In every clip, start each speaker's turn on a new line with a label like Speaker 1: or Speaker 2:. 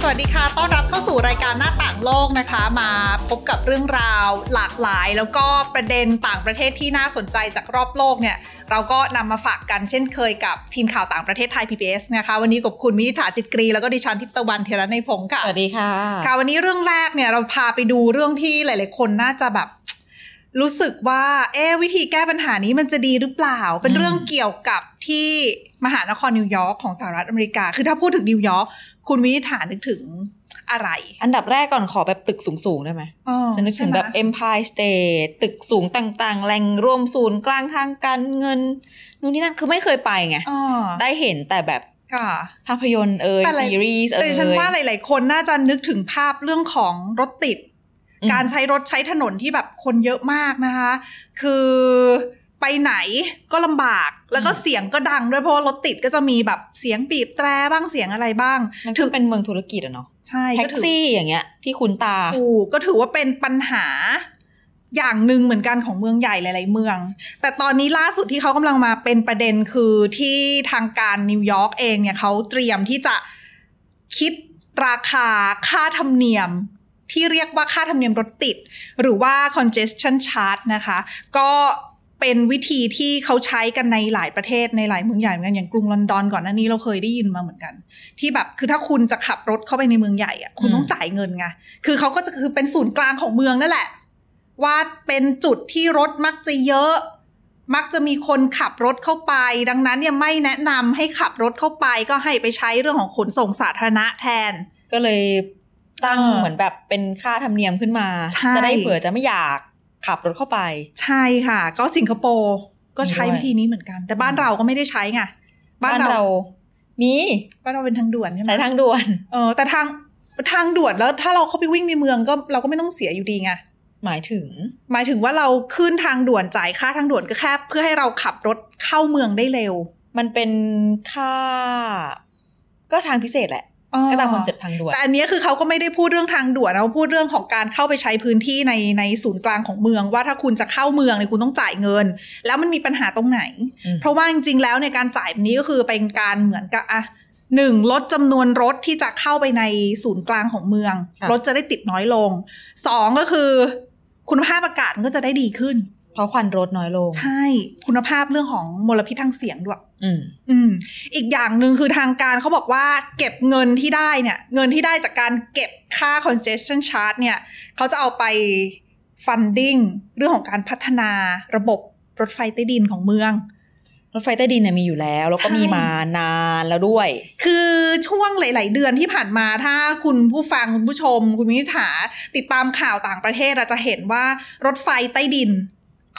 Speaker 1: สวัสดีค่ะ ต้อนรับเข้าสู่รายการหน้าต่างโลกนะคะ มาพบกับเรื่องราวหลากหลาย แล้วก็ประเด็นต่างประเทศที่น่าสนใจจากรอบโลกเนี่ย เราก็นำมาฝากกันเช่นเคยกับทีมข่าวต่างประเทศไทย PBS นะคะ วันนี้กับคุณมินิษฐาจิตกรี แล้วก็ดิฉันทิพย์ตะวันเทระในยพงศ์ค่ะ
Speaker 2: สวัสดีค่ะ
Speaker 1: ค่ะวันนี้เรื่องแรกเนี่ยเราพาไปดูเรื่องที่หลาย ๆ คนน่าจะแบบ รู้สึกว่า เอ๊ะวิธีแก้ปัญหานี้มันจะดีหรือเปล่า เป็น
Speaker 2: อืม
Speaker 1: เรื่องเกี่ยวกับที่มหานครนิวยอร์กของสหรัฐอเมริกา คือถ้าพูดถึงนิวยอร์กคุณวินิษฐานึกถึงอะไร
Speaker 2: อันดับแรกก่อนขอแบบตึกสูงๆ ได้ไหม
Speaker 1: เออ
Speaker 2: จะนึกถึงแบบ
Speaker 1: ใช่ไหม
Speaker 2: Empire State ตึกสูงต่างๆ แหล่งรวมศูนย์กลางทางการเงิน นู่นนี่นั่นคือไม่เคยไปไง
Speaker 1: เออ
Speaker 2: ได้เห็นแต่แบบ
Speaker 1: ค่ะ
Speaker 2: ภาพยนตร์เอ่ย
Speaker 1: แต่หลาย
Speaker 2: ซีรีส์
Speaker 1: แต่
Speaker 2: เอ่ย
Speaker 1: ฉันว่าหลาย ๆ คนน่าจะนึกถึงภาพเรื่องของรถติด
Speaker 2: อืม
Speaker 1: การใช้รถใช้ถนนที่แบบคนเยอะมากนะคะ คือไปไหนก็ลำบากแล้วก็เสียงก็ดังด้วยเพราะว่ารถติดก็จะมีแบบเสียงบีบแตรบ้างเสียงอะไรบ้าง
Speaker 2: มัน
Speaker 1: ถึ
Speaker 2: ถึ
Speaker 1: ง
Speaker 2: งเป็นเมืองธุรกิจอะเนาะ
Speaker 1: ใช่
Speaker 2: แท็
Speaker 1: ก็
Speaker 2: ก
Speaker 1: ถือ
Speaker 2: ซี่อย่างเงี้ย ที่คุณตา
Speaker 1: ถูกก็ถือว่าเป็นปัญหาอย่างหนึ่งเหมือนกันของเมืองใหญ่หลาย ๆ เมือง แต่ตอนนี้ล่าสุดที่เขากำลังมาเป็นประเด็นคือที่ทางการนิวยอร์กเองเนี่ยเขาเตรียมที่จะคิดราคาค่าธรรมเนียม ที่เรียกว่าค่าธรรมเนียมรถติด หรือว่า congestion charge นะคะ ก็เป็นวิธีที่เขาใช้กันในหลายประเทศในหลายเมืองใหญ่เหมือนกันอย่างกรุงลอนดอนก่อนหน้านี้เราเคยได้ยินมาเหมือนกัน ที่แบบคือถ้าคุณจะขับรถเข้าไปในเมืองใหญ่อะคุณ
Speaker 2: อืม
Speaker 1: ต้องจ่ายเงินไงคือเขาก็จะคือเป็นศูนย์กลางของเมืองนั่นแหละ ว่าเป็นจุดที่รถมักจะเยอะ มักจะมีคนขับรถเข้าไป ดังนั้นเนี่ยไม่แนะนำให้ขับรถเข้าไปก็ให้ไปใช้เรื่องของขนส่งสาธารณะแทน
Speaker 2: ก็เลยตั้ง
Speaker 1: เออ
Speaker 2: เหมือนแบบเป็นค่าธรรมเนียมขึ้นมา
Speaker 1: ใช่
Speaker 2: จะได้เผื่อจะไม่อยากขับรถเข้าไป
Speaker 1: ใช่ค่ะ ก็สิงคโปร์ก็ใช้
Speaker 2: มีด้วย
Speaker 1: วิธีนี้เหมือนกัน แต่บ้านเราก็ไม่ได้ใช้ไงบ้านเรา
Speaker 2: มี
Speaker 1: บ้านเราเป็นทางด่วนใช่ไหม
Speaker 2: สายทางด่วน
Speaker 1: เออแต่ทางทางด่วนแล้วถ้าเราเข้าไปวิ่งในเมืองก็เราก็ไม่ต้องเสียอยู่ดีไง
Speaker 2: หมายถึง
Speaker 1: หมายถึงว่าเราขึ้นทางด่วนจ่ายค่าทางด่วนก็แค่เพื่อให้เราขับรถเข้าเมืองได้เร็ว
Speaker 2: มันเป็นค่า ก็ทางพิเศษแหละ
Speaker 1: อ๋อ
Speaker 2: ก็ตามคอนเซ็ปต์ทางด่วน
Speaker 1: แต่อันเนี้ยคือเขาก็ไม่ได้พูดเรื่องทางด่วนเขาพูดเรื่องของการเข้าไปใช้พื้นที่ในในศูนย์กลางของเมือง ว่าถ้าคุณจะเข้าเมืองเนี่ยคุณต้องจ่ายเงิน แล้วมันมีปัญหาตรงไหน
Speaker 2: อืม
Speaker 1: เพราะว่าจริงๆแล้วในยการจ่ายแบบนี้ก็คือเป็นการเหมือนกับอ่ะหนึ่งลดจำนวนรถที่จะเข้าไปในศูนย์กลางของเมือง
Speaker 2: ค่ะ
Speaker 1: รถจะได้ติดน้อยลงสองก็คือ คุณภาพอากาศมันก็จะได้ดีขึ้น
Speaker 2: เพราะควันรถน้อยลง
Speaker 1: ใช่คุณภาพเรื่องของมลพิษทางเสียงด้วย
Speaker 2: อืม
Speaker 1: อืมอีกอย่างหนึ่งคือทางการเขาบอกว่าเก็บเงินที่ได้เนี่ย เงินที่ได้จากการเก็บค่า concession charge เนี่ยเขาจะเอาไป funding เรื่องของการพัฒนาระบบรถไฟใต้ดินของเมือง
Speaker 2: รถไฟใต้ดินเนี่ยมีอยู่แล้ว แล้วก็
Speaker 1: ใช่
Speaker 2: มีมานานแล้วด้วย
Speaker 1: คือช่วงหลาย ๆ เดือนที่ผ่านมาถ้าคุณผู้ฟัง คุณผู้ชม คุณมินิษฐาติดตามข่าวต่างประเทศเราจะเห็นว่ารถไฟใต้ดิน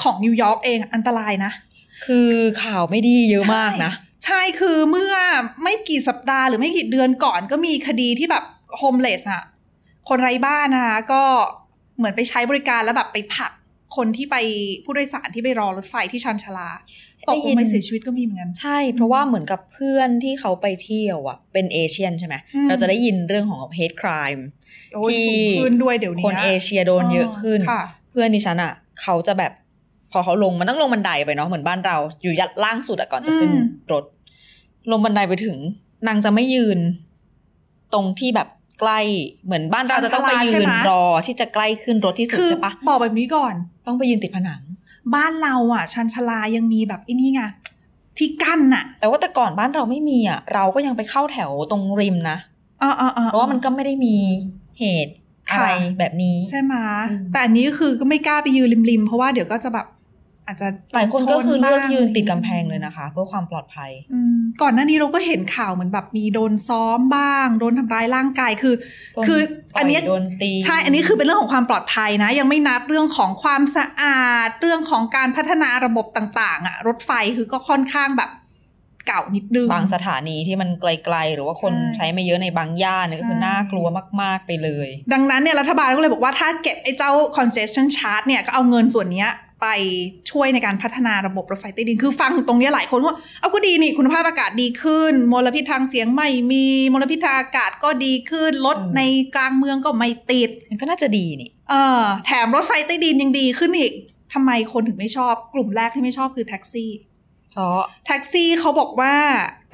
Speaker 1: ของนิวยอร์กเองอันตรายนะ
Speaker 2: คือข่าวไม่ดีเยอะมากนะ
Speaker 1: ใช่คือเมื่อไม่กี่สัปดาห์หรือไม่กี่เดือนก่อนก็มีคดีที่แบบโฮมเลสอะคนไร้บ้านนะคะก็เหมือนไปใช้บริการแล้วแบบไปผลักคนที่ไปผู้โดยสารที่ไปรอรถไฟที่ชันชาลาตกลงไปเสียชีวิตก็มีเหมือนกัน
Speaker 2: ใช่ เพราะว่าเหมือนกับเพื่อนที่เขาไปเที่ยวอะเป็นเอเชียนใช่ไหม
Speaker 1: อืม
Speaker 2: เราจะได้ยินเรื่องของ hate crime
Speaker 1: โอ้ย
Speaker 2: ที่
Speaker 1: สูงขึ้นด้วยเดี๋ยวนี้
Speaker 2: คนเอเชียโดนเยอะขึ้น
Speaker 1: ค่ะ
Speaker 2: เพื่อนดิฉันอะเขาจะแบบพอเขาลงมันต้องลงบันไดไปเนาะเหมือนบ้านเรา อยู่ยัดล่างสุดอะก่อนจะขึ้น
Speaker 1: อืม
Speaker 2: รถ ลงบันไดไปถึง นางจะไม่ยืน ตรงที่แบบใกล้เหมือนบ้านเราจะต้องไปยืนรอที่จะใกล้ขึ้นรถที่สุด
Speaker 1: คือ
Speaker 2: ใช่ปะ
Speaker 1: บอกแบบนี้ก่อน
Speaker 2: ต้องไปยืนติดผนัง
Speaker 1: บ้านเราอ่ะ ชันชาลายังมีแบบไอ้นี่ไงที่กั้นน่ะ
Speaker 2: แต่ว่าแต่ก่อนบ้านเราไม่มีอะเราก็ยังไปเข้าแถวตรงริมนะ
Speaker 1: เออเออออ
Speaker 2: เพราะว่ามันก็ไม่ได้มีเหตุอะไร
Speaker 1: ค่ะ
Speaker 2: แบบนี้
Speaker 1: ใช่ไหม
Speaker 2: อืม
Speaker 1: แต่อันนี้ก็คือก็ไม่กล้าไปยืนริมๆ เพราะว่าเดี๋ยวก็จะแบบอาจจะ
Speaker 2: หลายคนก็คือเลือก
Speaker 1: ชบ้าง
Speaker 2: ยืนติดกำแพงเลยนะคะ เพื่อความปลอดภัย
Speaker 1: อืมก่อนหน้านี้เราก็เห็นข่าวเหมือนแบบมีโดนซ้อมบ้าง โดนทำร้ายร่างกายคือ คืออันเนี้ย
Speaker 2: โดนตี
Speaker 1: ใช่ อันนี้คือเป็นเรื่องของความปลอดภัยนะ ยังไม่นับเรื่องของความสะอาด เรื่องของการพัฒนาระบบต่าง ๆอะรถไฟคือก็ค่อนข้างแบบ เก่านิดนึง
Speaker 2: บางสถานีที่มันไกลๆ หรือว่าคน
Speaker 1: ใช่
Speaker 2: ใช้ไม่เยอะในบางย่านเนี่ยก็คือ
Speaker 1: ใช่
Speaker 2: น่ากลัวมาก ๆ ไปเลย
Speaker 1: ดังนั้นเนี่ยรัฐบาลก็เลยบอกว่าถ้าเก็บไอ้เจ้า concession charge เนี่ยก็เอาเงินส่วนเนี้ยไปช่วยในการพัฒนาระบบรถไฟใต้ดิน คือฟังตรงเนี้ยหลายคนก็ว่าเอาก็ดีนี่คุณภาพอากาศดีขึ้น มลพิษทางเสียงไม่มีมลพิษทางอากาศก็ดีขึ้นรถ
Speaker 2: อืม
Speaker 1: ในกลางเมืองก็ไม่ติด
Speaker 2: มันก็น่าจะดีนี่
Speaker 1: เออแถมรถไฟใต้ดินยังดีขึ้นอีกทำไมคนถึงไม่ชอบกลุ่มแรกที่ไม่ชอบคือแท็กซี่
Speaker 2: เพราะ
Speaker 1: แท็กซี่เขาบอกว่า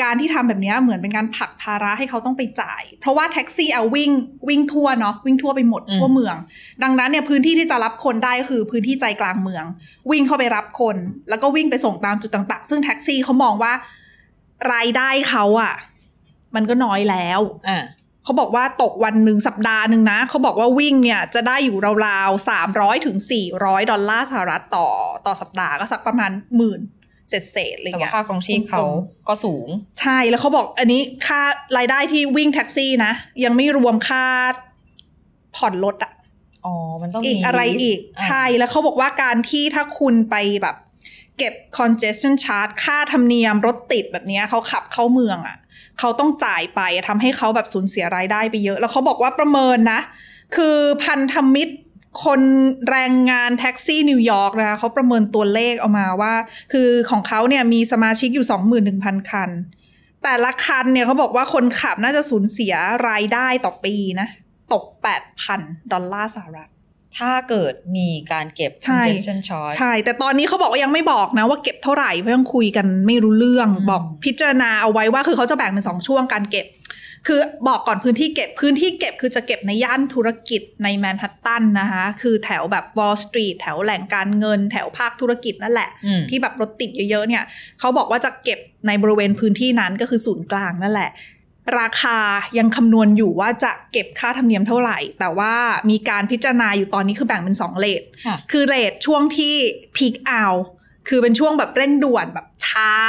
Speaker 1: การที่ทำแบบเนี้ยเหมือนเป็นการผลักภาระให้เขาต้องไปจ่าย เพราะว่าแท็กซี่เอาวิ่งวิ่งทั่วเนาะวิ่งทั่วไปหมดทั่วเมือง ดังนั้นเนี่ยพื้นที่ที่จะรับคนได้ก็คือพื้นที่ใจกลางเมือง วิ่งเข้าไปรับคน แล้วก็วิ่งไปส่งตามจุดต่าง ๆ ซึ่งแท็กซี่เขามองว่ารายได้เขาอะมันก็น้อยแล้ว
Speaker 2: อ่ะ
Speaker 1: เขาบอกว่าตกวันหนึ่งสัปดาห์หนึ่งนะ เขาบอกว่าวิ่งเนี่ยจะได้อยู่ราวๆสามร้อยถึงสี่ร้อยดอลลาร์สหรัฐต่อต่อสัปดาห์ก็สักประมาณหมื่นเศษเศษๆอะไร
Speaker 2: แต่ว่า
Speaker 1: เงี้ย
Speaker 2: ค่าครองชีพ
Speaker 1: ก
Speaker 2: เขา
Speaker 1: ลม
Speaker 2: ก็สูง
Speaker 1: ใช่แล้วเขาบอกอันนี้ค่ารายได้ที่วิ่งแท็กซี่นะ ยังไม่รวมค่าผ่อนรถอะ
Speaker 2: อ๋อ มันต้องมี
Speaker 1: อีกอะไรอีก
Speaker 2: ะ
Speaker 1: ใช่แล้วเขาบอกว่าการที่ถ้าคุณไปแบบ เก็บ congestion charge ค่าธรรมเนียมรถติดแบบเนี้ยเขาขับเข้าเมืองอะเขาต้องจ่ายไปทำให้เขาแบบสูญเสียรายได้ไปเยอะ แล้วเขาบอกว่าประเมินนะ คือพันธมิตรคนแรงงานแท็กซี่นิวยอร์กนะคะเขาประเมินตัวเลขออกมาว่า คือของเขาเนี่ยมีสมาชิกอยู่ 21,000 คัน แต่ละคันเนี่ยเขาบอกว่าคนขับน่าจะสูญเสียรายได้ต่อปีนะ ตก 8,000 ดอลลาร์สหรัฐ
Speaker 2: ถ้าเกิดมีการเก็บ
Speaker 1: ใช่
Speaker 2: congestion charge
Speaker 1: ใช่ แต่ตอนนี้เขาบอกว่ายังไม่บอกนะว่าเก็บเท่าไหร่เพราะยังคุยกันไม่รู้เรื่อง
Speaker 2: อืม
Speaker 1: บอกพิจารณาเอาไว้ว่าคือเขาจะแบ่งเป็นสองช่วงการเก็บ คือบอกก่อนพื้นที่เก็บพื้นที่เก็บคือจะเก็บในย่านธุรกิจในแมนฮัตตันนะคะคือแถวแบบ Wall Street แถวแหล่งการเงิน แถวภาคธุรกิจนั่นแหละ
Speaker 2: อืม
Speaker 1: ที่แบบรถติดเยอะๆเนี่ยเขาบอกว่าจะเก็บในบริเวณพื้นที่นั้นก็คือศูนย์กลางนั่นแหละ ราคายังคำนวณอยู่ว่าจะเก็บค่าธรรมเนียมเท่าไหร่ แต่ว่ามีการพิจารณาอยู่ตอนนี้คือแบ่งเป็นสองเลท
Speaker 2: ค่ะ
Speaker 1: คือเรทช่วงที่พีคเอาคือเป็นช่วงแบบเร่งด่วนแบบเช้า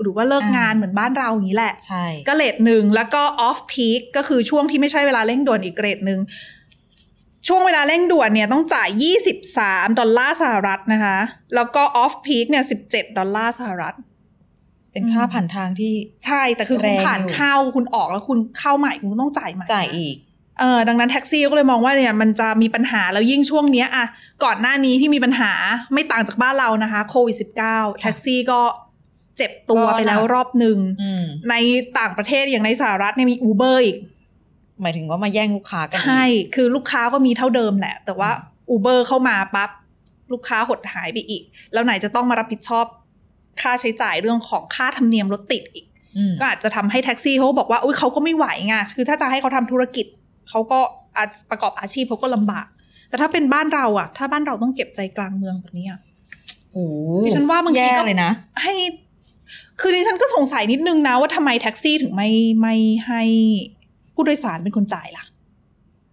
Speaker 1: หรือว่าเลิกงาน
Speaker 2: อ่า
Speaker 1: เหมือนบ้านเราอย่างนี้แหละ
Speaker 2: ใช่
Speaker 1: ก็เรทหนึ่งแล้วก็ออฟพีคก็คือช่วงที่ไม่ใช่เวลาเร่งด่วนอีกเรทหนึ่งช่วงเวลาเร่งด่วนเนี่ยต้องจ่าย 23 ดอลลาร์สหรัฐนะคะ แล้วก็ออฟพีคเนี่ย 17 ดอลลาร์สหรัฐ
Speaker 2: เป็น
Speaker 1: อืม
Speaker 2: ค่าผ่านทางที่
Speaker 1: ใช่ แต่คือคุณ
Speaker 2: แรงอยู่
Speaker 1: ผ่านเข้าคุณออกแล้วคุณเข้าใหม่คุณต้องจ่ายใหม่นะ
Speaker 2: จ่ายอีก
Speaker 1: เออดังนั้นแท็กซี่ก็เลยมองว่าเนี่ยมันจะมีปัญหาแล้วยิ่งช่วงเนี้ยอะก่อนหน้านี้ที่มีปัญหาไม่ต่างจากบ้านเรานะคะโควิด -19 แท็กซี่ก็เจ็บตัวไปแล้วรอบหนึ่ง
Speaker 2: อืม
Speaker 1: ในต่างประเทศอย่างในสหรัฐเนี่ยมีอูเบอร์อีก
Speaker 2: หมายถึงว่ามาแย่งลูกค้ากันอีก
Speaker 1: ใช่ คือลูกค้าก็มีเท่าเดิมแหละ แต่ว่าอูเบอร์เข้ามาปั๊บ ลูกค้าหดหายไปอีก แล้วไหนจะต้องมารับผิดชอบค่าใช้จ่ายเรื่องของค่าธรรมเนียมรถติดอีก
Speaker 2: อืม
Speaker 1: ก็อาจจะทำให้แท็กซี่เขาบอกว่าอุ้ยเขาก็ไม่ไหวไง คือถ้าจะให้เขาทำธุรกิจ เขาก็อาจประกอบอาชีพเขาก็ลำบาก แต่ถ้าเป็นบ้านเราอะถ้าบ้านเราต้องเก็บใจกลางเมืองแบบนี้อะ
Speaker 2: โอ้
Speaker 1: ดิฉันว่าบางทีก็
Speaker 2: แย่เลยนะ
Speaker 1: ให้ คือดิฉันก็สงสัยนิดนึงนะว่าทำไมแท็กซี่ถึงไม่ไม่ให้ผู้โดยสารเป็นคนจ่ายล่ะ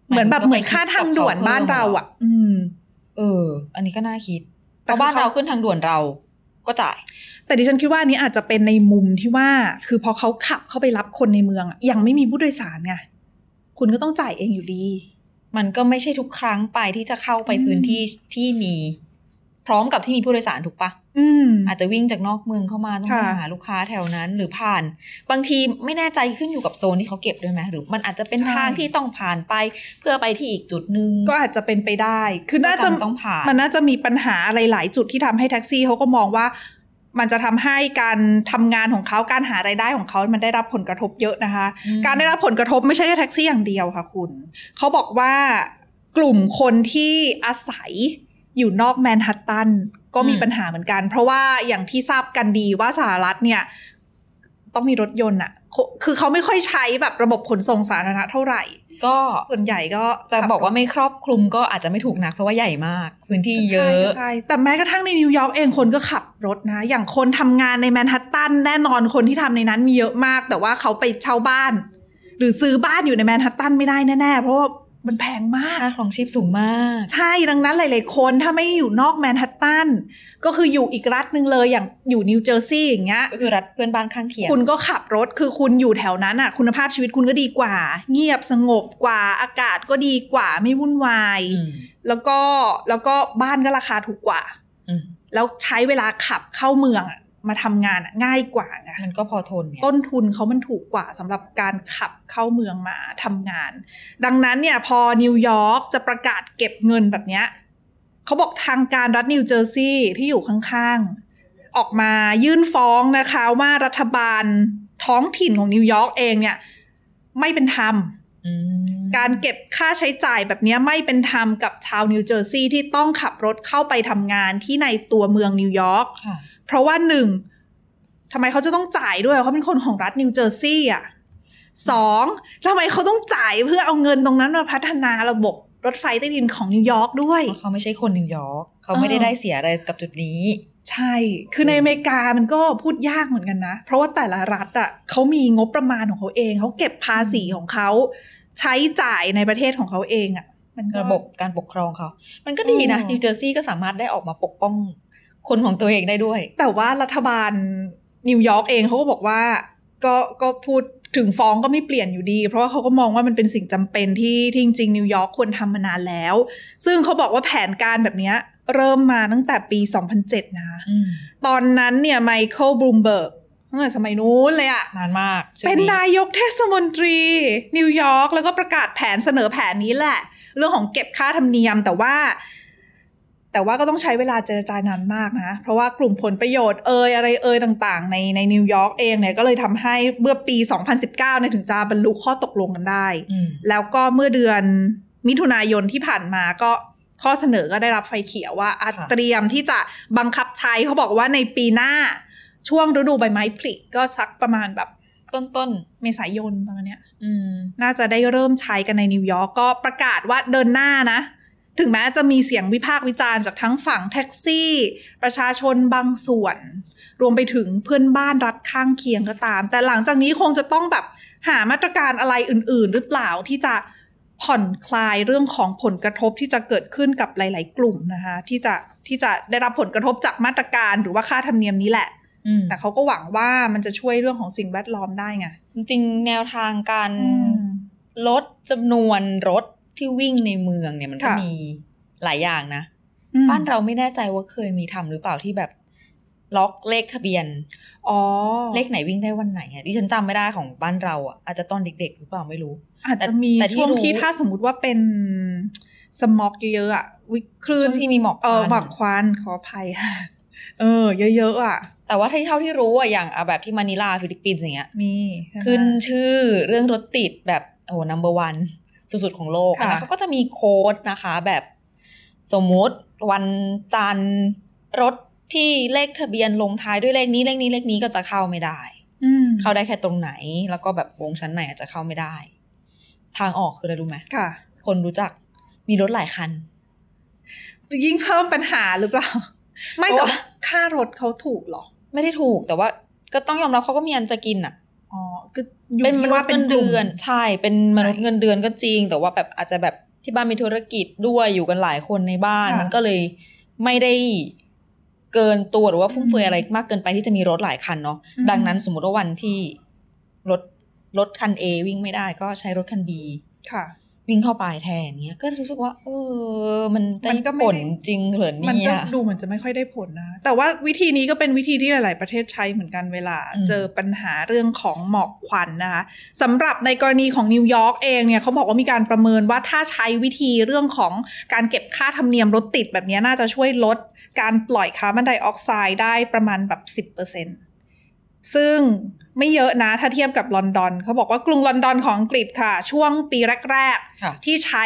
Speaker 2: ห
Speaker 1: เห
Speaker 2: มายถึง
Speaker 1: มือนแบบ
Speaker 2: ก็ไป
Speaker 1: เหมือนค่าทางด่วน
Speaker 2: คิดกับเขา
Speaker 1: บ้านเราอะอืม
Speaker 2: เออ อันนี้ก็น่าคิด
Speaker 1: แต่คื
Speaker 2: แต่
Speaker 1: อ
Speaker 2: บ้าน
Speaker 1: เขา
Speaker 2: เราขึ้นทางด่วนเราก็จ่าย
Speaker 1: แต่ดิฉันคิดว่าอันนี้อาจจะเป็นในมุมที่ว่า คือพอเขาขับเข้าไปรับคนในเมืองอะยังไม่มีผู้โดยสารไงคุณก็ต้องจ่ายเองอยู่ดี
Speaker 2: มันก็ไม่ใช่ทุกครั้งไปที่จะเข้าไป
Speaker 1: อืม
Speaker 2: พื้นที่ที่มี พร้อมกับที่มีผู้โดยสารถูกปะ
Speaker 1: อืม
Speaker 2: อาจจะวิ่งจากนอกเมืองเข้ามาต้องไป
Speaker 1: ค่ะ
Speaker 2: หาลูกค้าแถวนั้น หรือผ่าน บางทีไม่แน่ใจขึ้นอยู่กับโซนที่เขาเก็บด้วยไหมหรือ มันอาจจะเป็นทางที่ต้องผ่านไป เพื่อไปที่อีกจุดหนึ่ง
Speaker 1: ก็อาจจะเป็นไปได้ คือน่าจะ
Speaker 2: ก็จำต้องผ่าน
Speaker 1: มันน่าจะมีปัญหาอะไรหลายจุดที่ทำให้แท็กซี่เขาก็มองว่า มันจะทำให้การทำงานของเขาการหารายได้ของเขามันได้รับผลกระทบเยอะนะคะ
Speaker 2: อืม
Speaker 1: การได้รับผลกระทบไม่ใช่แค่แท็กซี่อย่างเดียวค่ะคุณ เขาบอกว่ากลุ่มคนที่อาศัยอยู่นอกแมนฮัตตันก็มีปัญหาเหมือนกัน เพราะว่าอย่างที่ทราบกันดีว่าสหรัฐเนี่ย ต้องมีรถยนต์อะคือเขาไม่ค่อยใช้แบบระบบขนส่งสาธารณะเท่าไหร่
Speaker 2: ก็
Speaker 1: ส่วนใหญ่ก็
Speaker 2: จะ
Speaker 1: ขั
Speaker 2: บอกว่าไม่ครอบคลุมก็อาจจะไม่ถูกนักเพราะว่าใหญ่มาก พื้นที่เยอะ
Speaker 1: ใช่ใช่ แต่แม้กระทั่งในนิวยอร์กเองคนก็ขับรถนะ อย่างคนทำงานในแมนฮัตตันแน่นอนคนที่ทำในนั้นมีเยอะมาก แต่ว่าเขาไปเช่าบ้าน หรือซื้อบ้านอยู่ในแมนฮัตตันไม่ได้แน่ๆ เพราะว่ามันแพงมาก
Speaker 2: ค่าครองชีพสูงมาก
Speaker 1: ใช่ดังนั้นหลายๆคนถ้าไม่อยู่นอกแมนฮัตตันก็คืออยู่อีกรัฐหนึ่งเลยอย่างอยู่นิวเจอร์ซีย์อย่างเงี้ย
Speaker 2: ก็คือรัฐเพื่อนบ้านข้างเคียง
Speaker 1: คุณก็ขับรถคือคุณอยู่แถวนั้นอ่ะ คุณภาพชีวิตคุณก็ดีกว่า เงียบสงบกว่าอากาศก็ดีกว่าไม่วุ่นวาย
Speaker 2: อืม
Speaker 1: แล้วก็แล้วก็บ้านก็ราคาถูกกว่า
Speaker 2: อืม
Speaker 1: แล้วใช้เวลาขับเข้าเมืองอะ มาทำงานอะง่ายกว่าไง
Speaker 2: มันก็พอทนไง
Speaker 1: ต้นทุนเขามันถูกกว่าสำหรับการขับเข้าเมืองมาทำงาน ดังนั้นเนี่ยพอนิวยอร์กจะประกาศเก็บเงินแบบเนี้ยเขาบอกทางการรัฐนิวเจอร์ซีย์ที่อยู่ข้างๆ ออกมายื่นฟ้องนะคะว่ารัฐบาลท้องถิ่นของนิวยอร์กเองเนี่ยไม่เป็นธรรม
Speaker 2: อืม
Speaker 1: การเก็บค่าใช้จ่ายแบบเนี้ยไม่เป็นธรรมกับชาวนิวเจอร์ซีย์ที่ต้องขับรถเข้าไปทำงานที่ในตัวเมืองนิวยอร์ก
Speaker 2: ค่ะ
Speaker 1: เพราะว่าหนึ่งทำไมเขาจะต้องจ่ายด้วยเขาเป็นคนของรัฐนิวเจอร์ซีย์อ่ะสองทำไมเขาต้องจ่ายเพื่อเอาเงินตรงนั้นมาพัฒนาระบบรถไฟใต้ดินของนิวยอร์กด้วย
Speaker 2: เพราะเขาไม่ใช่คนนิวยอร์กเขาไม่ได้
Speaker 1: เออ
Speaker 2: ได้เสียอะไรกับจุดนี้
Speaker 1: ใช่ คือในอเมริกามันก็พูดยากเหมือนกันนะ เพราะว่าแต่ละรัฐอ่ะเขามีงบประมาณของเขาเอง เขาเก็บภาษีของเขา ใช้จ่ายในประเทศของเขาเองอ่ะ มันก็
Speaker 2: ระบบการปกครองเขา มันก็ดีนะ
Speaker 1: อืม
Speaker 2: นิวเจอร์ซีย์ก็สามารถได้ออกมาปกป้องคนของตัวเองได้ด้วย
Speaker 1: แต่ว่ารัฐบาลนิวยอร์กเองเขาก็บอกว่าก็ก็พูดถึงฟ้องก็ไม่เปลี่ยนอยู่ดี เพราะว่าเขาก็มองว่ามันเป็นสิ่งจำเป็นที่ที่จริงๆนิวยอร์กควรทำมานานแล้ว ซึ่งเขาบอกว่าแผนการแบบเนี้ยเริ่มมาตั้งแต่ปี 2007 นะคะ
Speaker 2: อืม
Speaker 1: ตอนนั้นเนี่ยไมเคิลบลูมเบิร์กตั้งแต่สมัยนู้นเลยอะ
Speaker 2: นานมากชื่อ
Speaker 1: เป็นนายกเทศมนตรีนิวยอร์กแล้วก็ประกาศแผนเสนอแผนนี้แหละ เรื่องของเก็บค่าธรรมเนียมแต่ว่า แต่ว่าก็ต้องใช้เวลาเจรจานานมากนะ เพราะว่ากลุ่มผลประโยชน์เอยอะไรเอยต่างๆ ในในนิวยอร์กเองเนี่ยก็เลยทำให้เมื่อปี 2019เนี่ยถึงจะบรรลุข้อตกลงกันได้
Speaker 2: อืม
Speaker 1: แล้วก็เมื่อเดือนมิถุนายนที่ผ่านมาก็ข้อเสนอก็ได้รับไฟเขียวว่าอ่ะเตรียมที่จะบังคับใช้เขาบอกว่าในปีหน้าช่วงฤดูใบไม้ผลิก็สักประมาณแบบ
Speaker 2: ต้นต้น
Speaker 1: เมษายนประมาณเนี้ย
Speaker 2: ๆอืม
Speaker 1: น่าจะได้เริ่มใช้กันในนิวยอร์กก็ประกาศว่าเดินหน้านะ ถึงแม้จะมีเสียงวิพากษ์วิจารณ์จากทั้งฝั่งแท็กซี่ ประชาชนบางส่วน รวมไปถึงเพื่อนบ้านรัฐข้างเคียงก็ตาม แต่หลังจากนี้คงจะต้องแบบหามาตรการอะไรอื่น ๆ หรือเปล่าที่จะผ่อนคลายเรื่องของผลกระทบที่จะเกิดขึ้นกับหลาย ๆ กลุ่มนะคะที่จะที่จะได้รับผลกระทบจากมาตรการหรือว่าค่าธรรมเนียมนี้แหละ
Speaker 2: อืม
Speaker 1: แต่เขาก็หวังว่ามันจะช่วยเรื่องของสิ่งแวดล้อมได้ไง
Speaker 2: จริงๆแนวทางการ
Speaker 1: อืม
Speaker 2: ลดจำนวนรถที่วิ่งในเมืองเนี่ยมันก็
Speaker 1: ค่ะ
Speaker 2: มีหลายอย่างนะ
Speaker 1: อืม
Speaker 2: บ้านเราไม่แน่ใจว่าเคยมีทำหรือเปล่าที่แบบล็อกเลขทะเบียน
Speaker 1: อ๋อ
Speaker 2: เลขไหนวิ่งได้วันไหนอะดิฉันจำไม่ได้ของบ้านเราอะอาจจะตอนเด็กๆ หรือเปล่าไม่รู้
Speaker 1: อาจจะมี
Speaker 2: แต่ที่
Speaker 1: ช่วง
Speaker 2: รู้
Speaker 1: ที่ถ้าสมมติว่าเป็นสมอกเยอะๆอะวิคลื่
Speaker 2: ช่
Speaker 1: น
Speaker 2: วงที่มีหมอก
Speaker 1: เออ
Speaker 2: ค
Speaker 1: ห
Speaker 2: วัน
Speaker 1: มอกควันขออภัย เออ เยอะๆอ่ะ
Speaker 2: แต่ว่าที่เท่าที่รู้อะอย่างอะแบบที่มานิลาฟิลิปปินส์อย่างเงี้ย
Speaker 1: มีใช่ไหม
Speaker 2: ขึ้นชื่อเรื่องรถติดแบบโอ้โห number one สุดๆของโลก
Speaker 1: ค่ะ
Speaker 2: อันนั้นเขาก็จะมีโค้ดนะคะแบบสมมุติวันจันทร์รถที่เลขทะเบียนลงท้ายด้วยเลขนี้เลขนี้เลขนี้ก็จะเข้าไม่ได้
Speaker 1: อืม
Speaker 2: เข้าได้แค่ตรงไหน แล้วก็แบบวงชั้นไหนอาจจะเข้าไม่ได้ ทางออกคืออะไรรู้ไหม
Speaker 1: ค่ะ
Speaker 2: คนรู้จักมีรถหลายคัน
Speaker 1: ยิ่งเพิ่มปัญหาหรือเปล่า ไม่
Speaker 2: เพ
Speaker 1: แต่
Speaker 2: ราะว่า
Speaker 1: ว่าค่ารถเขาถูกเหรอ
Speaker 2: ไม่ได้ถูกแต่ว่าก็ต้องยอมรับเขาก็มีอันจะกินอ่ะ
Speaker 1: อ๋อก็อยู่
Speaker 2: เป็นม
Speaker 1: ที่
Speaker 2: นุษ
Speaker 1: ว่า
Speaker 2: ย์
Speaker 1: เป็
Speaker 2: เงิ
Speaker 1: น
Speaker 2: น
Speaker 1: กลุ่ม
Speaker 2: เดือน ใช่เป็นมนุษ
Speaker 1: ไห
Speaker 2: ย์
Speaker 1: น
Speaker 2: เงินเดือนก็จริง แต่ว่าแบบอาจจะแบบที่บ้านมีธุรกิจด้วยอยู่กันหลายคนในบ้าน
Speaker 1: ค่ะ
Speaker 2: มันก็เลยไม่ได้เกินตัวหรือว่าฟุ่มเฟือย
Speaker 1: อืม
Speaker 2: อะไรมากเกินไปที่จะมีรถหลายคันเนาะ
Speaker 1: อืม
Speaker 2: ดังนั้นสมมติว่าวันที่รถรถคัน A วิ่งไม่ได้ก็ใช้รถคัน B
Speaker 1: ค่ะ
Speaker 2: วิ่งเข้าไปแทนเนี้ยก็รู้สึกว่า เออ มันได้
Speaker 1: มันก็ไม่
Speaker 2: ผล
Speaker 1: ได้
Speaker 2: จริงเหรอเนี่ย
Speaker 1: มันก็ดูเหมือนจะไม่ค่อยได้ผลนะ แต่ว่าวิธีนี้ก็เป็นวิธีที่หลาย ๆ ประเทศใช้เหมือนกันเวลา
Speaker 2: อืม
Speaker 1: เจอปัญหาเรื่องของหมอกควันนะคะสำหรับในกรณีของนิวยอร์กเองเนี่ยเขาบอกว่ามีการประเมินว่าถ้าใช้วิธีเรื่องของการเก็บค่าธรรมเนียมรถติดแบบนี้น่าจะช่วยลดการปล่อยคาร์บอนไดออกไซด์ได้ประมาณแบบ 10%ซึ่งไม่เยอะนะถ้าเทียบกับลอนดอนเขาบอกว่ากรุงลอนดอนของอังกฤษค่ะ ช่วงปีแรก
Speaker 2: ค่ะ
Speaker 1: ๆ ที่ใช้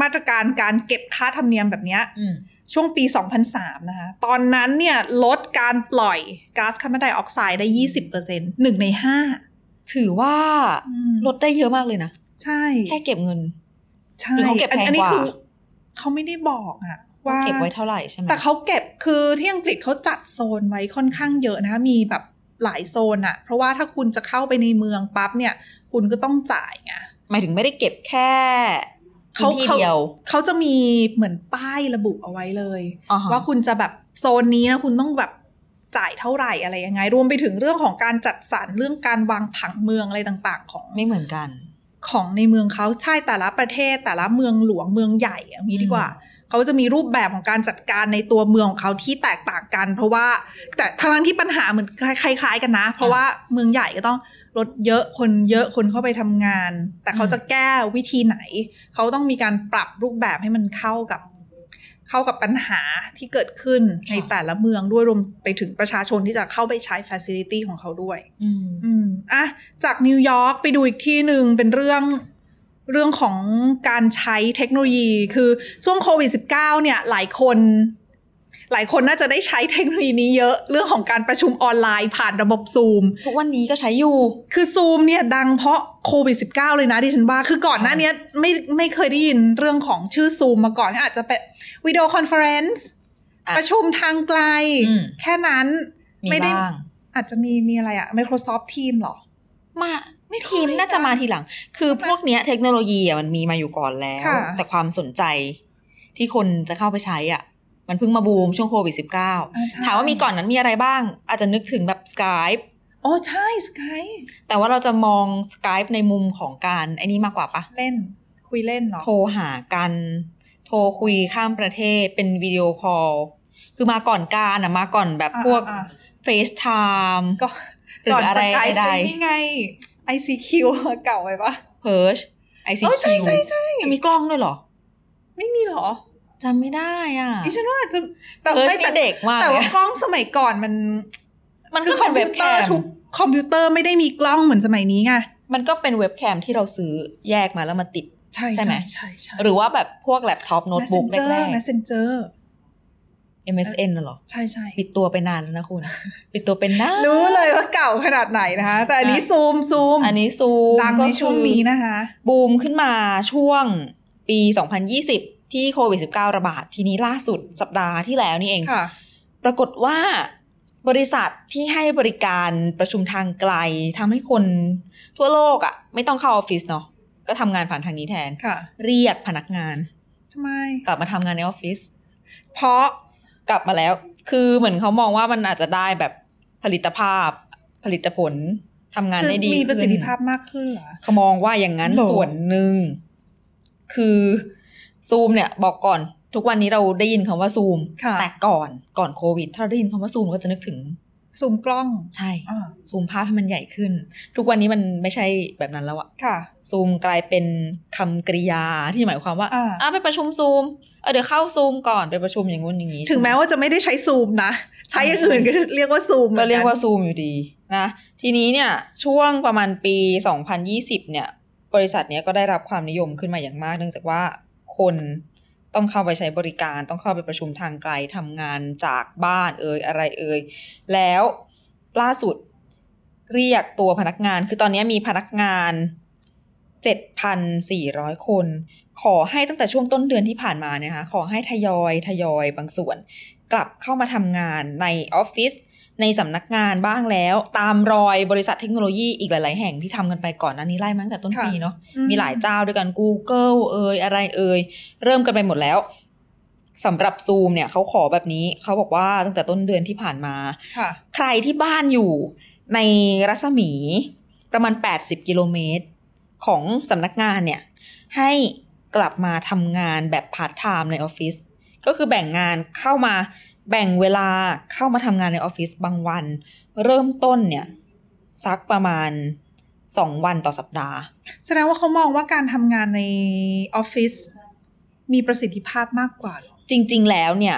Speaker 1: มาตรการการเก็บค่าธรรมเนียมแบบเนี้ย
Speaker 2: อืม
Speaker 1: ช่วงปี 2003 นะคะ ตอนนั้นเนี่ยลดการปล่อยก๊าซคาร์บอนไดออกไซด์ได้ 20%หนึ่งในห้า
Speaker 2: ถือว่า
Speaker 1: อืม
Speaker 2: ลดได้เยอะมากเลยนะ
Speaker 1: ใช่
Speaker 2: แค่เก็บเงิน
Speaker 1: ใช่
Speaker 2: หรือเขาเก็บแพงกว่า
Speaker 1: อันนี้คือเขาไม่ได้บอกอะ
Speaker 2: ว่า
Speaker 1: ว่า
Speaker 2: เก็บไว้เท่าไหร่ใช่ไหม
Speaker 1: แต่เขาเก็บคือที่อังกฤษเขาจัดโซนไว้ค่อนข้างเยอะนะคะมีแบบหลายโซนอะเพราะว่าถ้าคุณจะเข้าไปในเมืองปั๊บเนี่ย คุณก็ต้องจ่ายไง
Speaker 2: หมายถึงไม่ได้เก็บแค่
Speaker 1: เขา
Speaker 2: พื้นที่
Speaker 1: เขา
Speaker 2: เดียว
Speaker 1: เขาจะมีเหมือนป้ายระบุเอาไว้เลย
Speaker 2: อ่าฮะ
Speaker 1: ว่าคุณจะแบบโซนนี้นะคุณต้องแบบจ่ายเท่าไหร่อะไรยังไง รวมไปถึงเรื่องของการจัดสรรเรื่องการวางผังเมืองอะไรต่างๆ ของ
Speaker 2: ไม่เหมือนกัน
Speaker 1: ของในเมืองเขาใช่แต่ละประเทศแต่ละเมืองหลวงเมืองใหญ่เอย่างนี้ดีกว่า เขาจะมีรูปแบบของการจัดการในตัวเมืองของเขาที่แตกต่างกัน เพราะว่าแต่ทั้งที่ปัญหาเหมือนคล้ายๆกันนะ เพราะว่าเมืองใหญ่ก็ต้องรถเยอะคนเยอะคนเข้าไปทำงาน แต่เขาจะแก้วิธีไหน เขาต้องมีการปรับรูปแบบให้มันเข้ากับ เข้ากับปัญหาที่เกิดขึ้นในแต่ละเมืองด้วยรวมไปถึงประชาชนที่จะเข้าไปใช้ฟ a ซิลิตี้ของเขาด้วย
Speaker 2: อืม
Speaker 1: อืมอ่ะจากนิวยอร์กไปดูอีกที่หนึ่งเป็นเรื่องเรื่องของการใช้เทคโนโลยี คือช่วงโควิด -19 เนี่ยหลายคน หลายคนน่าจะได้ใช้เทคโนโลยีนี้เยอะเรื่องของการประชุมออนไลน์ผ่านระบบซูม
Speaker 2: ทุกวันนี้ก็ใช้อยู่
Speaker 1: คือซูมเนี่ยดังเพราะโควิด -19 เลยนะดิฉันว่า คือก่อนหน้าเนี้ยไม่ไม่เคยได้ยินเรื่องของชื่อซูมมาก่อนอาจจะเป็นวิดีโอคอนเฟอเรนซ์
Speaker 2: อ่ะ
Speaker 1: ประชุมทางไกล
Speaker 2: อืม
Speaker 1: แค่นั้น
Speaker 2: มี
Speaker 1: ไม่ได้
Speaker 2: บ้าง
Speaker 1: อาจจะมีมีอะไรอะ Microsoft Team หรอ
Speaker 2: มาไม่ทีมน่าจะมาทีหลัง คือพวกเนี้ยเทคโนโลยีอ่ะมันมีมาอยู่ก่อนแล้ว
Speaker 1: ค่ะ
Speaker 2: แต่ความสนใจที่คนจะเข้าไปใช้อ่ะ มันเพิ่งมาบูมช่วงโควิด -19
Speaker 1: อ่ใช่
Speaker 2: ถามว่ามีก่อนนั้นมีอะไรบ้าง อาจจะนึกถึงแบบ Skype
Speaker 1: อ๋อใช่สกาย
Speaker 2: แต่ว่าเราจะมอง Skype ในมุมของการไอ้นี้มากกว่าปะ
Speaker 1: เล่นคุยเล่นเหรอ
Speaker 2: โทรหากัน โทรคุยข้ามประเทศเป็นวิดีโอคอล คือมาก่อนการอ่ะมาก่อนแบบ
Speaker 1: อ่า
Speaker 2: พวก
Speaker 1: อ่า
Speaker 2: FaceTime
Speaker 1: ก็
Speaker 2: หรือ
Speaker 1: ก่อน
Speaker 2: อะ
Speaker 1: ส
Speaker 2: ไร
Speaker 1: กาย
Speaker 2: ใด
Speaker 1: นี่ไง ICQ เก่าไปปะ
Speaker 2: ๆ Perch
Speaker 1: อ๋อ
Speaker 2: ICQ
Speaker 1: ใช่ใช่ใช่
Speaker 2: มันมีกล้องด้วยเหรอ
Speaker 1: ไม่มีเหรอ
Speaker 2: จำไม่ได้อ่ะ
Speaker 1: ดิฉันว่าอาจจะแต่
Speaker 2: เพิร์ช
Speaker 1: ไม่แต่
Speaker 2: นี่เด็กมาก
Speaker 1: แต่
Speaker 2: เลย
Speaker 1: ว่า
Speaker 2: อะ
Speaker 1: กล้องสมัยก่อนมัน
Speaker 2: มัน
Speaker 1: คื
Speaker 2: ก็
Speaker 1: อคอน ม
Speaker 2: เป็เว็
Speaker 1: พิ
Speaker 2: บ
Speaker 1: ว
Speaker 2: แค
Speaker 1: เตอร์
Speaker 2: ม
Speaker 1: ทุกคอมพิวเตอร์ไม่ได้มีกล้องเหมือนสมัยนี้ไง
Speaker 2: มันก็เป็นเว็บแคมที่เราซื้อแยกมาแล้วมาติด
Speaker 1: ใช่
Speaker 2: ใช่ไหม
Speaker 1: ใช่ใช่
Speaker 2: หรือว่าแบบพวกแล็ปท็อปโน้ตบุ๊กแรก
Speaker 1: messenger
Speaker 2: ๆ MSN น่ะเหรอ
Speaker 1: ใช่ใช่
Speaker 2: ปิดตัวไปนานแล้วนะคุณ ปิดตัวเป็นนาน
Speaker 1: รู้เลยว่าเก่าขนาดไหนนะคะ แต่อันนี้ซูมซูม
Speaker 2: อันนี้ซูม
Speaker 1: ดังในช่วงนี้นะคะ
Speaker 2: บูมขึ้นมาช่วงปี 2020 ที่โควิด -19 ระบาด ทีนี้ล่าสุดสัปดาห์ที่แล้วนี่เอง
Speaker 1: ค่ะ
Speaker 2: ปรากฏว่าบริษัทที่ให้บริการประชุมทางไกลทำให้คนทั่วโลกอะ่ะ ไม่ต้องเข้าออฟฟิศเนาะก็ทำงานผ่านทางนี้แทน
Speaker 1: ค่ะ
Speaker 2: เรียกพนักงาน
Speaker 1: ทำไม
Speaker 2: กลับมาทำงานในออฟฟิศ
Speaker 1: เพราะ
Speaker 2: กลับมาแล้ว คือเหมือนเขามองว่ามันอาจจะได้แบบผลิตภาพผลิตผลทำงาน
Speaker 1: คือ
Speaker 2: ได้ดี
Speaker 1: มีประสิทธิ
Speaker 2: ขึ้น
Speaker 1: ภาพมากขึ้นเหรอ
Speaker 2: เขามองว่าอย่างนั้น
Speaker 1: หรอ
Speaker 2: ส่วนหนึ่ง คือซูมเนี่ยบอกก่อน ทุกวันนี้เราได้ยินคำว่าซูม
Speaker 1: ค่ะ
Speaker 2: แต่ก่อนก่อนโควิด ถ้าเราได้ยินคำว่าซูมก็จะนึกถึง
Speaker 1: ซูมกล้อง
Speaker 2: ใช่
Speaker 1: อ่า
Speaker 2: ซูมภาพให้มันใหญ่ขึ้น ทุกวันนี้มันไม่ใช่แบบนั้นแล้วอะ
Speaker 1: ค่ะ
Speaker 2: ซูมกลายเป็นคำกริยาที่หมายความว่า
Speaker 1: อ่า
Speaker 2: อ่ะไปประชุมซูมเออเดี๋ยวเข้าซูมก่อนไปประชุมอย่างงู้นอย่างนี้
Speaker 1: ถึงแม้ว่าจะไม่ได้ใช้ซูมนะ ใช้อย่างอื่นก็เรียกว่าซูมหมื
Speaker 2: ก็
Speaker 1: อนน
Speaker 2: เรียกว่าซูมอยู่ดีนะทีนี้เนี่ยช่วงประมาณปี 2020 เนี่ย บริษัทเนี้ยก็ได้รับความนิยมขึ้นมาอย่างมาก เนื่องจากว่าคนต้องเข้าไปใช้บริการ ต้องเข้าไปประชุมทางไกลทำงานจากบ้านเอ่ยอะไรเอ่ยแล้วล่าสุดเรียกตัวพนักงาน คือตอนนี้มีพนักงาน 7,400 คน ขอให้ตั้งแต่ช่วงต้นเดือนที่ผ่านมาเนยนะคะขอให้ทยอยทยอยบางส่วน กลับเข้ามาทำงานในออฟฟิศในสำนักงานบ้างแล้ว ตามรอยบริษัทเทคโนโลยีอีกหลาย ๆ แห่งที่ทำกันไปก่อนหนั้นนี้ไล่มาตั้งแต่ต้นปีเนาะ
Speaker 1: อื
Speaker 2: มีหลายเจ้าด้วยกัน Google เอ่ยอะไรเอ่ยเริ่มกันไปหมดแล้วสำหรับซูมเนี่ยเขาขอแบบนี้เขาบอกว่าตั้งแต่ต้นเดือนที่ผ่านมา
Speaker 1: ค่ะ
Speaker 2: ใครที่บ้านอยู่ในรัศมีประมาณ 80 กิโลเมตร ของสำนักงานเนี่ย ให้กลับมาทำงานแบบพาร์ทไทม์ในออฟฟิศก็คือแบ่งงานเข้ามาแบ่งเวลาเข้ามาทำงานในออฟฟิศบางวัน เริ่มต้นเนี่ยสักประมาณ 2 วันต่อสัปดาห์
Speaker 1: แสดงว่าเขามองว่าการทำงานในออฟฟิศมีประสิทธิภาพมากกว่าเหรอ
Speaker 2: จริง ๆ แล้วเนี่ย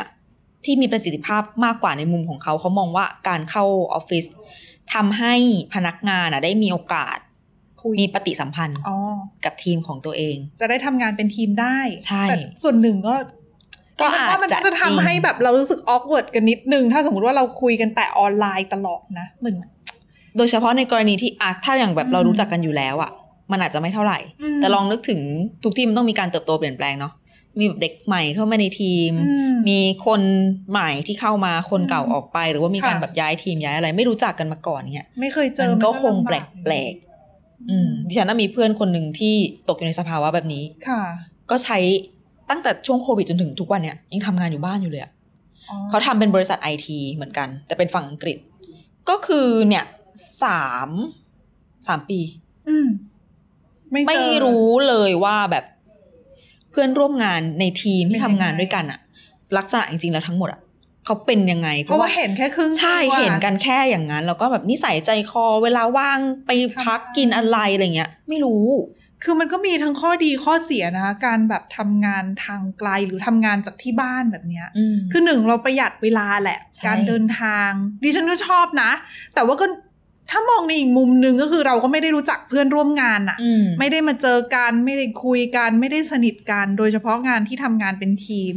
Speaker 2: ที่มีประสิทธิภาพมากกว่าในมุมของเขาเขามองว่าการเข้าออฟฟิศทำให้พนักงานอะได้มีโอกาส
Speaker 1: คุย
Speaker 2: มีปฏิสัมพันธ์
Speaker 1: อ๋อ
Speaker 2: กับทีมของตัวเอง
Speaker 1: จะได้ทำงานเป็นทีมได้
Speaker 2: ใช่
Speaker 1: แต่ส่วนหนึ่งก็
Speaker 2: ก็
Speaker 1: ดิฉัน
Speaker 2: อาจ
Speaker 1: ว่ามัน
Speaker 2: จะ
Speaker 1: ก็จะทำให้แบบเรารู้สึกออกเวิร์ดกันนิดนึง ถ้าสมมติว่าเราคุยกันแต่ออนไลน์ตลอดนะเหมือน
Speaker 2: โดยเฉพาะในกรณีที่อะถ้าอย่างแบบ
Speaker 1: อืม
Speaker 2: เรารู้จักกันอยู่แล้วอะมันอาจจะไม่เท่าไหร่
Speaker 1: ม
Speaker 2: แต่ลองนึกถึงทุกทีมนต้องมีการเติบโตเปลี่ยนแปลงเนาะมีแบบเด็กใหม่เข้ามาในทีม
Speaker 1: อืม
Speaker 2: มีคนใหม่ที่เข้ามาคน
Speaker 1: อืม
Speaker 2: เก่าออกไป หรือว่ามีการ
Speaker 1: ค่ะ
Speaker 2: แบบย้ายทีมย้ายอะไร ไม่รู้จักกันมาก่อนเนี่ย
Speaker 1: ไม่เคยเจ
Speaker 2: มั
Speaker 1: อน มัน
Speaker 2: ก็คง
Speaker 1: ลำ
Speaker 2: แปล
Speaker 1: บาก
Speaker 2: แปลกๆอืมดิฉันน่ะมีเพื่อนคนหนึ่งที่ตกอยู่ในสภาวะแบบนี้
Speaker 1: ค่ะ
Speaker 2: ก็ใช้ตั้งแต่ช่วงโควิดจนถึงทุกวันเนี่ยยังทำงานอยู่บ้านอยู่เลยอะ
Speaker 1: อ๋อ
Speaker 2: เขาทำเป็นบริษัทไอทีเหมือนกัน แต่เป็นฝั่งอังกฤษ ก็คือเนี่ยสามสามปี
Speaker 1: อืม ไม่เจอ
Speaker 2: ไม่รู้เลยว่าแบบ เพื่อนร่วมงานในทีมที่
Speaker 1: เป็นยัง
Speaker 2: ทำ
Speaker 1: ไง
Speaker 2: งานด้วยกันอะลักษณะจริงๆแล้วทั้งหมดอะเขาเป็นยังไง
Speaker 1: เพราะว่าเห็นแค่ครึ่ง
Speaker 2: ใช่
Speaker 1: ตัว
Speaker 2: เห็นกันแค่อย่างนั้น แล้วก็แบบนิสัยใจคอเวลาว่างไปพัก
Speaker 1: ทำอะไร
Speaker 2: กินอะไรอะไรเงี้ย ไม่รู้
Speaker 1: คือมันก็มีทั้งข้อดีข้อเสียนะคะ การแบบทำงานทางไกลหรือทำงานจากที่บ้านแบบเนี้ย
Speaker 2: คื
Speaker 1: คือ อหนึ่งเราประหยัดเวลาแหละ
Speaker 2: ใช่
Speaker 1: การเดินทาง ดิฉันก็ชอบนะ แต่ว่าก็ถ้ามองในอีกมุมหนึ่งก็คือเราก็ไม่ได้รู้จักเพื่อนร่วมงานอะ
Speaker 2: อืม
Speaker 1: ไม่ได้มาเจอกัน ไม่ได้คุยกัน ไม่ได้สนิทกัน โดยเฉพาะงานที่ทำงานเป็นทีม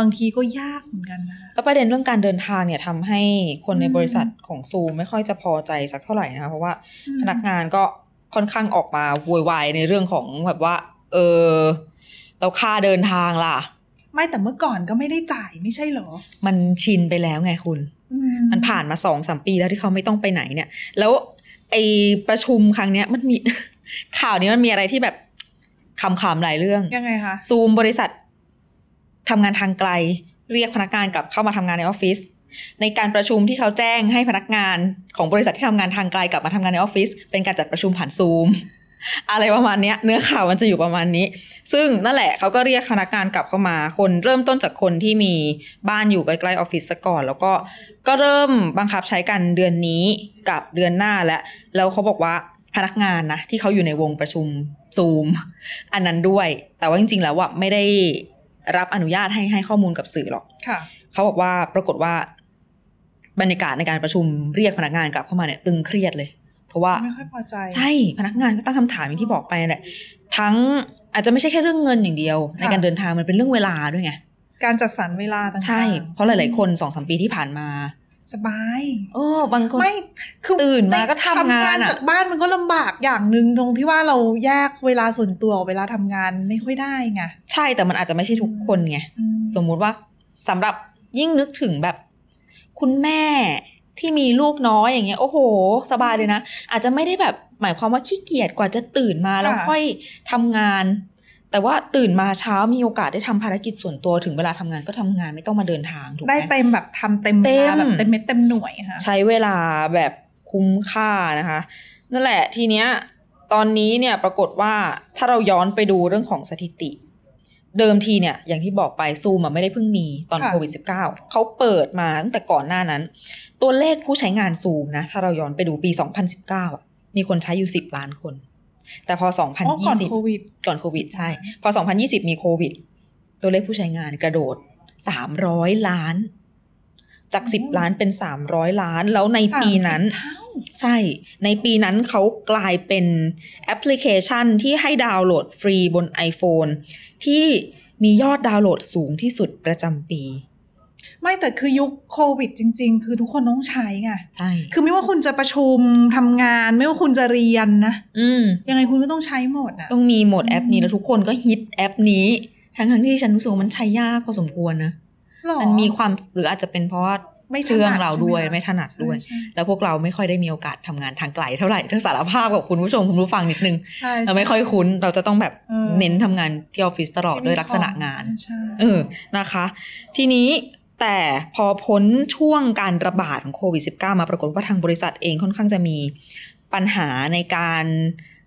Speaker 1: บางทีก็ยากเหมือนกันนะ
Speaker 2: แล้วประเด็นเรื่องการเดินทางเนี่ยทำให้คนใน
Speaker 1: อืม
Speaker 2: บริษัทของซูไม่ค่อยจะพอใจสักเท่าไหร่นะคะเพราะว่าพนักงานก็ค่อนข้างออกมาโวยวายในเรื่องของแบบว่า เออเราค่าเดินทางล่ะ
Speaker 1: ไม่แต่เมื่อก่อนก็ไม่ได้จ่ายไม่ใช่เหรอ
Speaker 2: มันชินไปแล้วไงคุณ
Speaker 1: อื
Speaker 2: มันผ่านมาสองสามปีแล้วที่เขาไม่ต้องไปไหนเนี่ย แล้วไอประชุมครั้งเนี้ยมันมี ข่าวนี้มันมีอะไรที่แบบคำๆหลายเรื่อง
Speaker 1: ยังไงคะ
Speaker 2: ซูมบริษัททำงานทางไกล เรียกพนักงานกลับเข้ามาทำงานในออฟฟิศในการประชุมที่เขาแจ้งให้พนักงานของบริษัทที่ทำงานทางไกลกลับมาทำงานในออฟฟิศเป็นการจัดประชุมผ่านซูม อะไรประมาณเนี้ยเนื้อข่าวมันจะอยู่ประมาณนี้ ซึ่งนั่นแหละเขาก็เรียกพนักงานกลับเข้ามาคนเริ่มต้นจากคนที่มีบ้านอยู่ใกล้ ๆ ออฟฟิศซะก่อน แล้วก็ก็เริ่มบังคับใช้กันเดือนนี้กับเดือนหน้าและแล้วเขาบอกว่าพนักงานนะที่เขาอยู่ในวงประชุมซูม อันนั้นด้วย แต่ว่าจริงๆ แล้วอะไม่ได้รับอนุญาตให้ให้ข้อมูลกับสื่อหรอก
Speaker 1: ค่ะ
Speaker 2: เขาบอกว่าปรากฏว่า บรรยากาศในการประชุมเรียกพนักงานกลับเข้ามาเนี่ยตึงเครียดเลย เพราะว่า
Speaker 1: ไม่ค่อยพอใจ
Speaker 2: ใช่พนักงานก็ตั้งคำถามอย่างที่บอกไปแหละทั้งอาจจะไม่ใช่แค่เรื่องเงินอย่างเดียว ใน
Speaker 1: ค่ะ
Speaker 2: การเดินทางมันเป็นเรื่องเวลาด้วยไง
Speaker 1: การจัดสรรเวลาต่างๆ
Speaker 2: ใช่ เพราะหลาย ๆ คนสองสามปีที่ผ่านมา
Speaker 1: สบาย
Speaker 2: โอ้บางคน
Speaker 1: ไม่คือ
Speaker 2: ตื่นมาก็ทำงานอะ
Speaker 1: จากบ้านมันก็ลำบากอย่างหนึ่งตรงที่ว่าเราแยกเวลาส่วนตัวกับเวลาทำงานไม่ค่อยได้ไง
Speaker 2: ใช่แต่มันอาจจะไม่ใช่ทุกคนไง
Speaker 1: อืม
Speaker 2: สมมุติว่าสำหรับยิ่งนึกถึงแบบ คุณแม่ที่มีลูกน้อยอย่างเงี้ย โอ้โห สบายเลยนะ อาจจะไม่ได้แบบหมายความว่าขี้เกียจกว่าจะตื่นมาแล้วค่อยทำงาน แต่ว่าตื่นมาเช้ามีโอกาสได้ทำภารกิจส่วนตัวถึงเวลาทำงานก็ทำงานไม่ต้องมาเดินทางถูกไหม
Speaker 1: ได้เต็มแบบทำเต็มเว
Speaker 2: เต็ม
Speaker 1: ลาแบบเต็มเม็ดเต็มหน่วยค่ะ
Speaker 2: ใช้เวลาแบบคุ้มค่านะคะ นั่นแหละทีเนี้ยตอนนี้เนี่ยปรากฏว่าถ้าเราย้อนไปดูเรื่องของสถิติ เดิมทีเนี่ยอย่างที่บอกไปซูมอะไม่ได้เพิ่งมีตอนโควิด -19 เขาเปิดมาตั้งแต่ก่อนหน้านั้น ตัวเลขผู้ใช้งานซูมนะ ถ้าเราย้อนไปดูปี 2019อะมีคนใช้อยู่ 10 ล้านคน แต่พอ
Speaker 1: อ๋อก่อน
Speaker 2: 2020
Speaker 1: โควิด
Speaker 2: ก่อนโควิดใช่ พอ 2020 มีโควิด ตัวเลขผู้ใช้งานกระโดด 300 ล้าน จาก
Speaker 1: โอ้
Speaker 2: 10 ล้านเป็น 300 ล้าน แล้วในปีนั้น
Speaker 1: สามสิบเท่า
Speaker 2: ใช่ ในปีนั้นเขากลายเป็นแอปพลิเคชันที่ให้ดาวน์โหลดฟรีบน iPhone ที่มียอดดาวน์โหลดสูงที่สุดประจำปี
Speaker 1: ไม่แต่คือยุคโควิดจริง ๆ คือทุกคนต้องใช้ไง
Speaker 2: ใช่
Speaker 1: คือไม่ว่าคุณจะประชุมทำงาน ไม่ว่าคุณจะเรียนนะ
Speaker 2: อืม
Speaker 1: ยังไงคุณก็ต้องใช้หมดนะ
Speaker 2: ต้องมีโหมดแอปนี้
Speaker 1: อืม
Speaker 2: แล้วทุกคนก็ฮิตแอปนี้ ทั้งทั้งๆที่ฉันรู้สึกว่ามันใช้ยากพอสมควรนะ
Speaker 1: หรอ
Speaker 2: มันมีความหรืออาจจะเป็นเพราะว่า
Speaker 1: ไม่ถ
Speaker 2: เครื่
Speaker 1: นั
Speaker 2: องเราด้วย
Speaker 1: ใช่ห
Speaker 2: ไม่ถนัดด้วย
Speaker 1: ใช่
Speaker 2: แล้วพวกเราไม่ค่อยได้มีโอกาสทำงานทางไกลเท่าไหร่ถ้าสารภาพกับคุณผู้ชมคุณผู้ฟังนิดนึง
Speaker 1: ใช่
Speaker 2: เราไม่ค่อยคุ้น เราจะต้องแบบ
Speaker 1: เออ
Speaker 2: เน้นทำงานที่ออฟฟิศตลอดด้วยลักษณะงาน
Speaker 1: ใช่
Speaker 2: เออนะคะ ทีนี้แต่พอพ้นช่วงการระบาดของโควิด -19 มาปรากฏว่าทางบริษัทเองค่อนข้างจะมีปัญหาในการ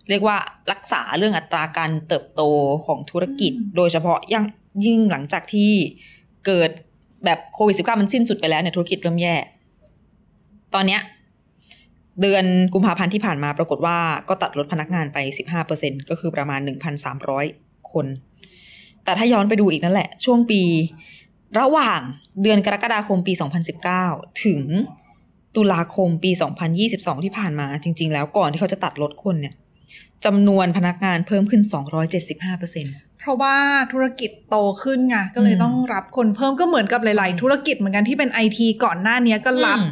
Speaker 2: เรียกว่ารักษาเรื่องอัตราการเติบโตของธุรกิจ
Speaker 1: อืม
Speaker 2: โดยเฉพาะยังยิ่งหลังจากที่เกิดแบบโควิด -19 มันสิ้นสุดไปแล้วเนี่ยธุรกิจเริ่มแย่ ตอนเนี้ยเดือนกุมภาพันธ์ที่ผ่านมาปรากฏว่าก็ตัดลดพนักงานไป 15%ก็คือประมาณ 1,300 คน แต่ถ้าย้อนไปดูอีกนั่นแหละ ช่วงปี ระหว่างเดือนกรกฎาคมปี 2019 ถึงตุลาคมปี 2022 ที่ผ่านมาจริง ๆ แล้วก่อนที่เขาจะตัดลดคนเนี่ยจำนวนพนักงานเพิ่มขึ้น 275%
Speaker 1: เพราะว่าธุรกิจโตขึ้นไงก็เลย
Speaker 2: อืม
Speaker 1: ต้องรับคนเพิ่มก็เหมือนกับหลาย ๆ ธุรกิจเหมือนกันที่เป็นไอทีก่อนหน้าเนี้ยก็รับ
Speaker 2: อืม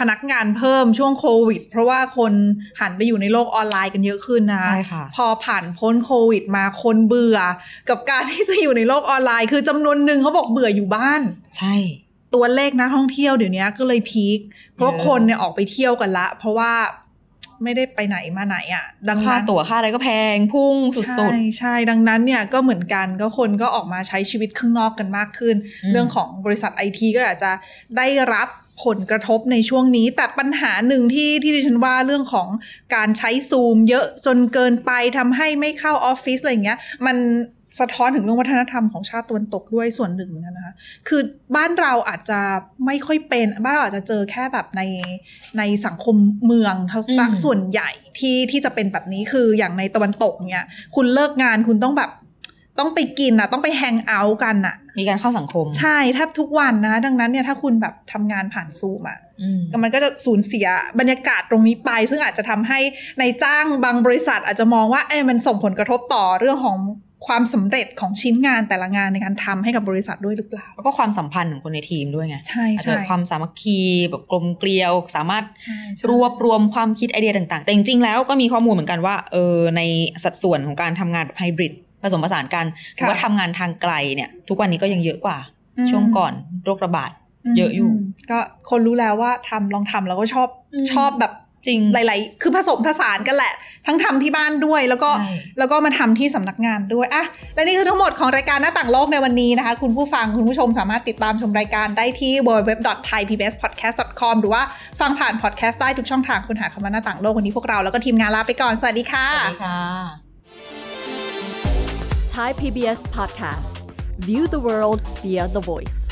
Speaker 1: พนักงานเพิ่มช่วงโควิด เพราะว่าคนหันไปอยู่ในโลกออนไลน์กันเยอะขึ้นนะ
Speaker 2: ใช่ค่ะ
Speaker 1: พอผ่านพ้นโควิดมาคนเบื่อ กับการที่จะอยู่ในโลกออนไลน์ คือจำนวนหนึ่งเขาบอกเบื่ออยู่บ้าน
Speaker 2: ใช่
Speaker 1: ตัวเลขนักท่องเที่ยวเดี๋ยวนี้ก็เลยพีคเพราะว่า
Speaker 2: เออ
Speaker 1: คนเนี่ยออกไปเที่ยวกันละ เพราะว่าไม่ได้ไปไหนมาไหนอ่ะ ดัง
Speaker 2: ค่า
Speaker 1: นั้น
Speaker 2: ตั๋วค่าอะไรก็แพงพุ่งสุด
Speaker 1: ใช่ใช่ ดังนั้นเนี่ยก็เหมือนกันก็คนก็ออกมาใช้ชีวิตข้างนอกกันมากขึ้น
Speaker 2: อืม
Speaker 1: เรื่องของบริษัทไอทีก็อาจจะได้รับผลกระทบในช่วงนี้ แต่ปัญหาหนึ่งที่ที่ดิฉันว่าเรื่องของการใช้ซูมเยอะจนเกินไปทำให้ไม่เข้าออฟฟิศอะไรอย่างเงี้ย มัน สะท้อนถึงเรื่องวัฒนธรรมของชาติตะวันตกด้วยส่วนหนึ่งเหมือนกันนะคะ คือบ้านเราอาจจะไม่ค่อยเป็นบ้านเราอาจจะเจอแค่แบบในในสังคมเมืองเท่าสัก
Speaker 2: อืม
Speaker 1: ส่วนใหญ่ที่ที่จะเป็นแบบนี้คืออย่างในตะวันตกเนี่ย คุณเลิกงานคุณต้องแบบต้องไปกินอ่ะ ต้องไปแฮงเอาท์กันอ่ะ
Speaker 2: มีการเข้าสังคม
Speaker 1: ใช่แทบทุกวันนะ ดังนั้นเนี่ยถ้าคุณแบบทำงานผ่านซูมอ่ะ
Speaker 2: อืม
Speaker 1: มันก็จะสูญเสียบรรยากาศตรงนี้ไป ซึ่งอาจจะทำให้ในายจ้างบางบริษัทอาจจะมองว่าเอ้ยมันส่งผลกระทบต่อเรื่องของความสำเร็จของชิ้นงานแต่ละงานในการทำให้กับบริษัทด้วยหรือเปล่า
Speaker 2: แล้วก็ความสัมพันธ์ของคนในทีมด้วยไง
Speaker 1: ใช่
Speaker 2: อาจจะ
Speaker 1: ใช่
Speaker 2: แบบความสามัคคีแบบกลมเกลียว สามารถ
Speaker 1: ใช่ใช่
Speaker 2: รวบรวมความคิดไอเดียต่างๆ แต่จริงๆแล้วก็มีข้อมูลเหมือนกันว่าเออในสัดส่วนของการทำงานแบบไฮบริดผสมผสานกันหรือว่าทำงานทางไกลเนี่ย ทุกวันนี้ก็ยังเยอะกว่า
Speaker 1: ม
Speaker 2: ช่วงก่อนโรคระบาด เยอะอยู่
Speaker 1: มก็คนรู้แล้วว่าทำลองทำแล้วก็ชอบ
Speaker 2: อืม
Speaker 1: ชอบแบบ
Speaker 2: จริง
Speaker 1: หลาย ๆ คือผสมผสานกันแหละ ทั้งทำที่บ้านด้วยแล้วก็
Speaker 2: ใช่
Speaker 1: แล้วก็มาทำที่สำนักงานด้วยอะและนี่คือทั้งหมดของรายการหน้าต่างโลกในวันนี้นะคะ คุณผู้ฟังคุณผู้ชมสามารถติดตามชมรายการได้ที่ www.thaipbspodcast.com หรือว่าฟังผ่านพอดแคสต์ได้ทุกช่องทางคุณหาคำว่าหน้าต่างโลกวันนี้พวกเราแล้วก็ทีมงานลาไปก่อน สวัสดีค่ะ
Speaker 2: สวัสดีค่ะ
Speaker 3: Thai PBS podcast. View the world via the voice.